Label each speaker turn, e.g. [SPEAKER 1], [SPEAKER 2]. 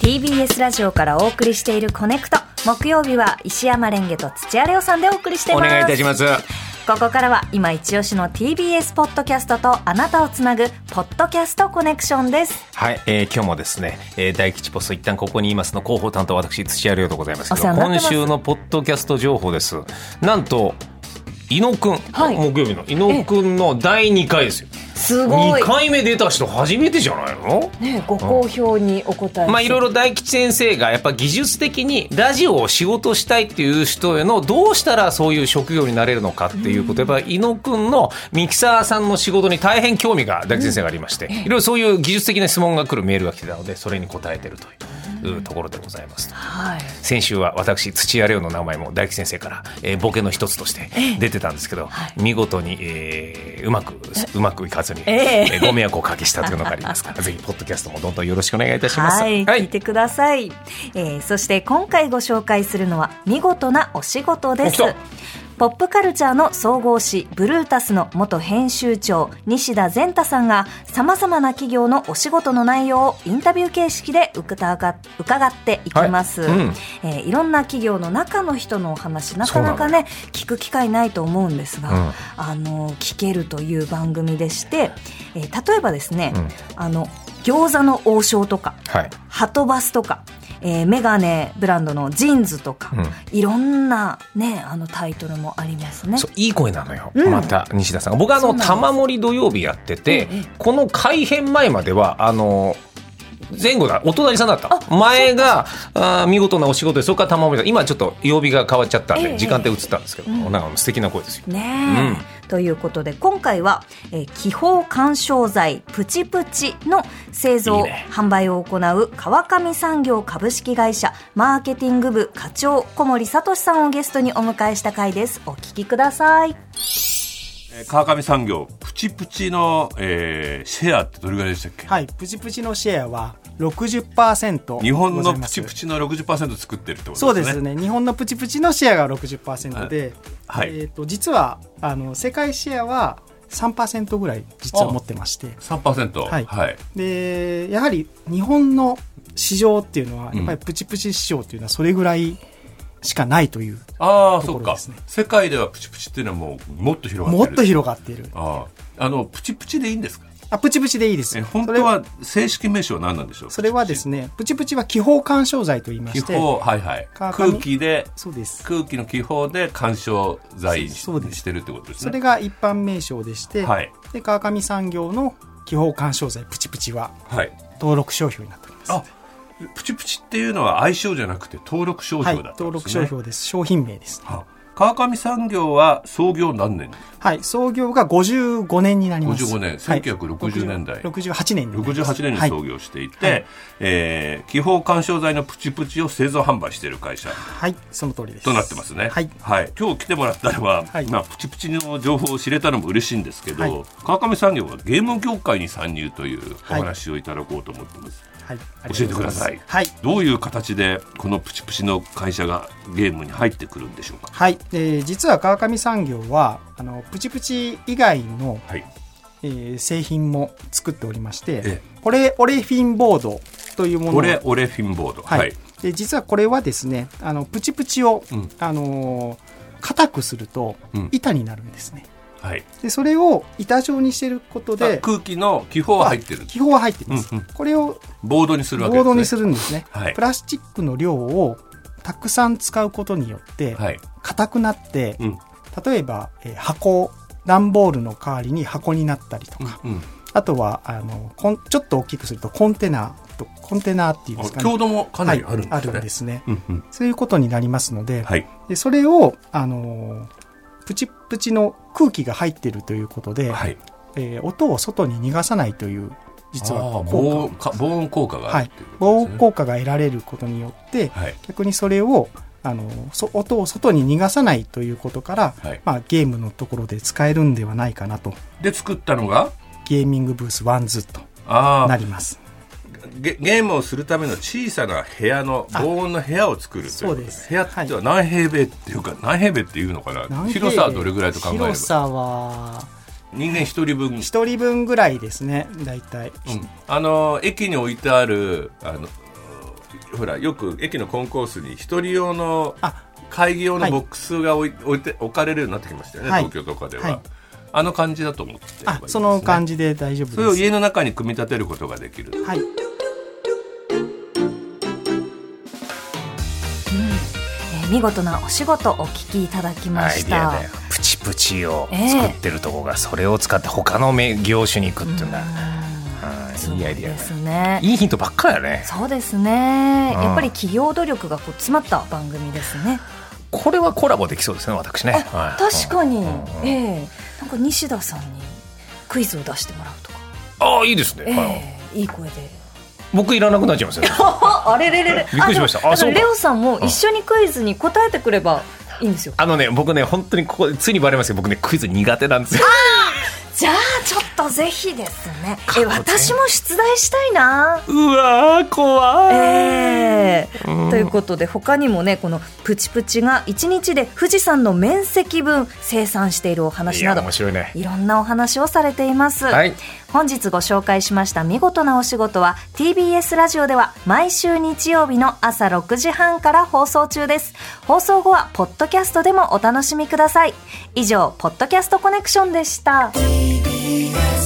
[SPEAKER 1] TBS ラジオからお送りしているコネクト木曜日は石山レンゲと土屋レオさんでお送りしてい
[SPEAKER 2] お
[SPEAKER 1] ます
[SPEAKER 2] 願いいたします。
[SPEAKER 1] ここからは今一押しの TBS ポッドキャストとあなたをつなぐポッドキャストコネクションです
[SPEAKER 2] はい、えー今日もですね、えー大吉ポスト一旦ここにいますの広報担当私土屋亮でございますけ
[SPEAKER 1] お世
[SPEAKER 2] ど
[SPEAKER 1] 話になって
[SPEAKER 2] 今
[SPEAKER 1] ます
[SPEAKER 2] 週のポッドキャスト情報ですなんと伊野くん、
[SPEAKER 1] はい
[SPEAKER 2] 木曜日の伊野くんの第2回ですよ
[SPEAKER 1] す
[SPEAKER 2] 2回目出た人初めてじゃないの
[SPEAKER 1] ねご好評にお答え
[SPEAKER 2] まあいろいろ大吉先生がやっぱ技術的にラジオを仕事したいっていう人へのどうしたらそういう職業になれるのかっていうことやっぱ伊野くんのミキサーさんの仕事に大変興味が大吉先生がありまして、いろいろそういう技術的な質問が来るメールが来てたのでそれに答えてるというところでございます。
[SPEAKER 1] はい
[SPEAKER 2] 先週は私土屋レオの名前も大吉先生から、えーボケの一つとして出てたんですけど、見事に、えーうまくうまくいかずに、
[SPEAKER 1] ええ
[SPEAKER 2] ーご迷惑をおかけしたというのがありますから ぜひポッドキャストもどんどんよろしくお願いいたします。
[SPEAKER 1] はい、聞いてください、えーそして今回ご紹介するのは見事なお仕事です
[SPEAKER 2] お来た
[SPEAKER 1] ポップカルチャーの総合誌ブルータスの元編集長西田善太さんがさまざまな企業のお仕事の内容をインタビュー形式で伺が伺っていきます、
[SPEAKER 2] はいうん
[SPEAKER 1] えーいろんな企業の中の人のお話なかなか
[SPEAKER 2] そうな
[SPEAKER 1] ね聞く機会ないと思うんですが、
[SPEAKER 2] うん
[SPEAKER 1] あの聞けるという番組でして、えー例えばですね、
[SPEAKER 2] うん
[SPEAKER 1] あの餃子の王将とか
[SPEAKER 2] はい
[SPEAKER 1] ハトバスとか、えーメガネブランドのジーンズとか、いろんな、ね、あのタイトルもありますね
[SPEAKER 2] そういい声なのよ、
[SPEAKER 1] うん
[SPEAKER 2] また西田さんが僕はあ
[SPEAKER 1] そうなん
[SPEAKER 2] の
[SPEAKER 1] です
[SPEAKER 2] 玉森土曜日やってて、
[SPEAKER 1] ええ
[SPEAKER 2] この改編前まではあの前後だお隣さんだった
[SPEAKER 1] あ
[SPEAKER 2] 前があー見事なお仕事でそこから玉森さん今ちょっと曜日が変わっちゃったんで、
[SPEAKER 1] ええ
[SPEAKER 2] 時間帯移ったんですけど、
[SPEAKER 1] ええうん
[SPEAKER 2] なんか素敵な声ですよ。
[SPEAKER 1] ねえ、ということで今回は、えー気泡緩衝材プチプチの製造
[SPEAKER 2] いいね
[SPEAKER 1] 販売を行う川上産業株式会社マーケティング部課長小森聡さんをゲストにお迎えした回ですお聞きください
[SPEAKER 3] えー川上産業プチプチの、えーシェアってどれぐらいでしたっけ、
[SPEAKER 4] はい、プチプチのシェアは60%
[SPEAKER 3] 日本
[SPEAKER 4] ござ
[SPEAKER 3] の
[SPEAKER 4] いま
[SPEAKER 3] プ
[SPEAKER 4] す
[SPEAKER 3] チプチの60%作ってるってこ
[SPEAKER 4] そ
[SPEAKER 3] と
[SPEAKER 4] う
[SPEAKER 3] で
[SPEAKER 4] です
[SPEAKER 3] ね
[SPEAKER 4] すね日本のプチプチのシェアが60%で、
[SPEAKER 3] はい
[SPEAKER 4] えー、と実はあの世界シェアは3%ぐらい実は持ってまして
[SPEAKER 3] 3%
[SPEAKER 4] はい
[SPEAKER 3] はい、
[SPEAKER 4] でやはり日本の市場っていうのは
[SPEAKER 3] ん
[SPEAKER 4] やっぱりプチプチ市場っていうのはそれぐらいしかないという、
[SPEAKER 3] ああ
[SPEAKER 4] と
[SPEAKER 3] そ
[SPEAKER 4] こ
[SPEAKER 3] っ
[SPEAKER 4] ろ
[SPEAKER 3] か
[SPEAKER 4] ですね
[SPEAKER 3] 世界ではプチプチっていうのはもうもっと広が
[SPEAKER 4] も
[SPEAKER 3] っ
[SPEAKER 4] って
[SPEAKER 3] る
[SPEAKER 4] と広がっている
[SPEAKER 3] あーあのプチプチでいいんですか
[SPEAKER 4] あプチプチでいいです
[SPEAKER 3] え
[SPEAKER 4] よ
[SPEAKER 3] 本
[SPEAKER 4] それ
[SPEAKER 3] 当は正式名称は何なんでしょう
[SPEAKER 4] それはですねプチプチは気泡干渉剤と言いま
[SPEAKER 3] 気
[SPEAKER 4] して
[SPEAKER 3] 泡はいはい
[SPEAKER 4] 川
[SPEAKER 3] 空
[SPEAKER 4] 上
[SPEAKER 3] 気で
[SPEAKER 4] そうです
[SPEAKER 3] 空気の気泡で干渉剤に
[SPEAKER 4] そうです
[SPEAKER 3] してるってことですね
[SPEAKER 4] それが一般名称でして、
[SPEAKER 3] はい
[SPEAKER 4] で川上産業の気泡干渉剤プチプチは
[SPEAKER 3] はい
[SPEAKER 4] 登録商標になっております。
[SPEAKER 3] あプチプチっていうのは愛称じゃなくて登録商
[SPEAKER 4] はい、
[SPEAKER 3] 標だったんですね、
[SPEAKER 4] 登録商標です。商品名です。
[SPEAKER 3] は川上産業は創業何年
[SPEAKER 4] はい、創業が55年になります。
[SPEAKER 3] 55年
[SPEAKER 4] はい
[SPEAKER 3] 1960年代
[SPEAKER 4] 68年になります。
[SPEAKER 3] 68年に創
[SPEAKER 4] はい。
[SPEAKER 3] 業していて、えー気泡干渉剤のプチプチを製造販売している会社
[SPEAKER 4] はい、その通りです。
[SPEAKER 3] となってますね、
[SPEAKER 4] はい。
[SPEAKER 3] 今日来てもらったのは、
[SPEAKER 4] はい
[SPEAKER 3] まあ、プチプチの情報を知れたのも嬉しいんですけど、
[SPEAKER 4] はい
[SPEAKER 3] 川上産業はゲーム業界に参入というお
[SPEAKER 4] はい
[SPEAKER 3] 話をいただこうと思ってます、
[SPEAKER 4] はい、ありがと
[SPEAKER 3] 教え
[SPEAKER 4] う
[SPEAKER 3] て
[SPEAKER 4] ご
[SPEAKER 3] くだ
[SPEAKER 4] ざます
[SPEAKER 3] さい、
[SPEAKER 4] はい。
[SPEAKER 3] どういう形でこのプチプチの会社がゲームに入ってくるんでしょうか
[SPEAKER 4] はい、えー実は川上産業は、あの、プチプチ以外の、
[SPEAKER 3] はい
[SPEAKER 4] えー製品も作っておりまして、
[SPEAKER 3] え
[SPEAKER 4] これ、オレフィンボードというものを
[SPEAKER 3] これオレフィンボード
[SPEAKER 4] はい
[SPEAKER 3] はい
[SPEAKER 4] で実はこれはですねあのプチプチを、
[SPEAKER 3] うん
[SPEAKER 4] あのー硬くすると
[SPEAKER 3] うん
[SPEAKER 4] 板になるんですね、
[SPEAKER 3] はい
[SPEAKER 4] でそれを板状にしてること
[SPEAKER 3] で
[SPEAKER 4] で
[SPEAKER 3] 空気の気泡は入ってるんです
[SPEAKER 4] 気泡は入ってます、
[SPEAKER 3] うんうん
[SPEAKER 4] これを
[SPEAKER 3] ボードにする
[SPEAKER 4] ボ
[SPEAKER 3] わけです、ね、
[SPEAKER 4] ードにするんですね、
[SPEAKER 3] はい
[SPEAKER 4] プラスチックの量をたくさん使うことによって
[SPEAKER 3] はい、
[SPEAKER 4] 硬くなって、
[SPEAKER 3] うん
[SPEAKER 4] 例えば、えー箱段ボールの代わりに箱になったりとか、
[SPEAKER 3] うん、
[SPEAKER 4] あとはあのこんちょっと大きくするとコンテナとコンテナっていうんですかね
[SPEAKER 3] 強度もかなりあるんですね、
[SPEAKER 4] はい、あるんですね、
[SPEAKER 3] うんうん
[SPEAKER 4] そういうことになりますので、
[SPEAKER 3] はい
[SPEAKER 4] でそれを、あのープチプチの空気が入ってるということで、
[SPEAKER 3] はい
[SPEAKER 4] えー音を外に逃がさないという実
[SPEAKER 3] あ
[SPEAKER 4] は
[SPEAKER 3] ー防
[SPEAKER 4] 効
[SPEAKER 3] 音か防音効果
[SPEAKER 4] 果
[SPEAKER 3] が
[SPEAKER 4] は
[SPEAKER 3] ある
[SPEAKER 4] い
[SPEAKER 3] っていう、ことです
[SPEAKER 4] 防音
[SPEAKER 3] ね
[SPEAKER 4] 効果が得られることによって、
[SPEAKER 3] はい
[SPEAKER 4] 逆にそれを、あのーそ音を外に逃がさないということから、
[SPEAKER 3] はい
[SPEAKER 4] まあ、ゲームのところで使えるんではないかなと
[SPEAKER 3] で作ったのが
[SPEAKER 4] ゲーミングブースワンズと
[SPEAKER 3] あ
[SPEAKER 4] な
[SPEAKER 3] あ
[SPEAKER 4] ります
[SPEAKER 3] ゲゲームをするための小さな部屋の
[SPEAKER 4] あ
[SPEAKER 3] 防音の部屋を作るといこと
[SPEAKER 4] そうです
[SPEAKER 3] 部屋っては何平米っていうか、何平米っていうのかな
[SPEAKER 4] 何平米
[SPEAKER 3] 広さはどれぐらいと考えれば
[SPEAKER 4] 広さは
[SPEAKER 3] 人間一人分
[SPEAKER 4] 1人分ぐらいですね大体、
[SPEAKER 3] あの駅に置いてあるあのほらよく駅のコンコースに一人用の
[SPEAKER 4] あ
[SPEAKER 3] 会議用のボックスが置い置いて置かれるようになってきましたよね、
[SPEAKER 4] はい
[SPEAKER 3] 東京とかでは、
[SPEAKER 4] はい
[SPEAKER 3] あの感じだと思ってればいいで
[SPEAKER 4] あ
[SPEAKER 3] すね
[SPEAKER 4] その感じで大丈夫です
[SPEAKER 3] それを家の中に組み立てることができる
[SPEAKER 4] はい、
[SPEAKER 1] えー見事なお仕事お聞きいただきま
[SPEAKER 2] アイ
[SPEAKER 1] し
[SPEAKER 2] ディ
[SPEAKER 1] た
[SPEAKER 2] アでプチプチを作ってるとこがそれを使って他のめ業種に行くっていうのが、
[SPEAKER 1] そ
[SPEAKER 2] は
[SPEAKER 1] う
[SPEAKER 2] いいいアイディア
[SPEAKER 1] で
[SPEAKER 2] だ
[SPEAKER 1] す
[SPEAKER 2] ね
[SPEAKER 1] ね
[SPEAKER 2] いいヒントばっかりだね
[SPEAKER 1] そうですね
[SPEAKER 2] うん
[SPEAKER 1] やっぱり企業努力がこう詰まった番組ですね
[SPEAKER 2] これはコラボできそうですね私ね、はい
[SPEAKER 1] 確かに、
[SPEAKER 2] うんうんうん
[SPEAKER 1] ええなんか西田さんにクイズを出してもらうとか、
[SPEAKER 2] ああいいですね、
[SPEAKER 1] え
[SPEAKER 2] はい
[SPEAKER 1] えいい声で
[SPEAKER 2] 僕いらなくなっちゃいますよね
[SPEAKER 1] ああれれれれ
[SPEAKER 2] びっくりしました
[SPEAKER 1] あでも
[SPEAKER 2] あ
[SPEAKER 1] だから
[SPEAKER 2] そうか
[SPEAKER 1] レオさんも一緒にクイズに答えてくればいいんですよ
[SPEAKER 2] あのね僕ね本当にここでついにバレますけど僕ねクイズ苦手なんですよ
[SPEAKER 1] じゃあちょっとぜひですねえ私も出題したいな
[SPEAKER 2] うわー怖い、
[SPEAKER 1] ええ
[SPEAKER 2] うん
[SPEAKER 1] ということで他にもねこのプチプチが1日で富士山の面積分生産しているお話
[SPEAKER 2] い
[SPEAKER 1] な
[SPEAKER 2] や
[SPEAKER 1] ど
[SPEAKER 2] 面白いね
[SPEAKER 1] いろんなお話をされています、
[SPEAKER 2] はい
[SPEAKER 1] 本日ご紹介しました見事なお仕事は TBS ラジオでは毎週日曜日の朝6時半から放送中です放送後はポッドキャストでもお楽しみください以上「ポッドキャストコネクション」でした
[SPEAKER 5] TBS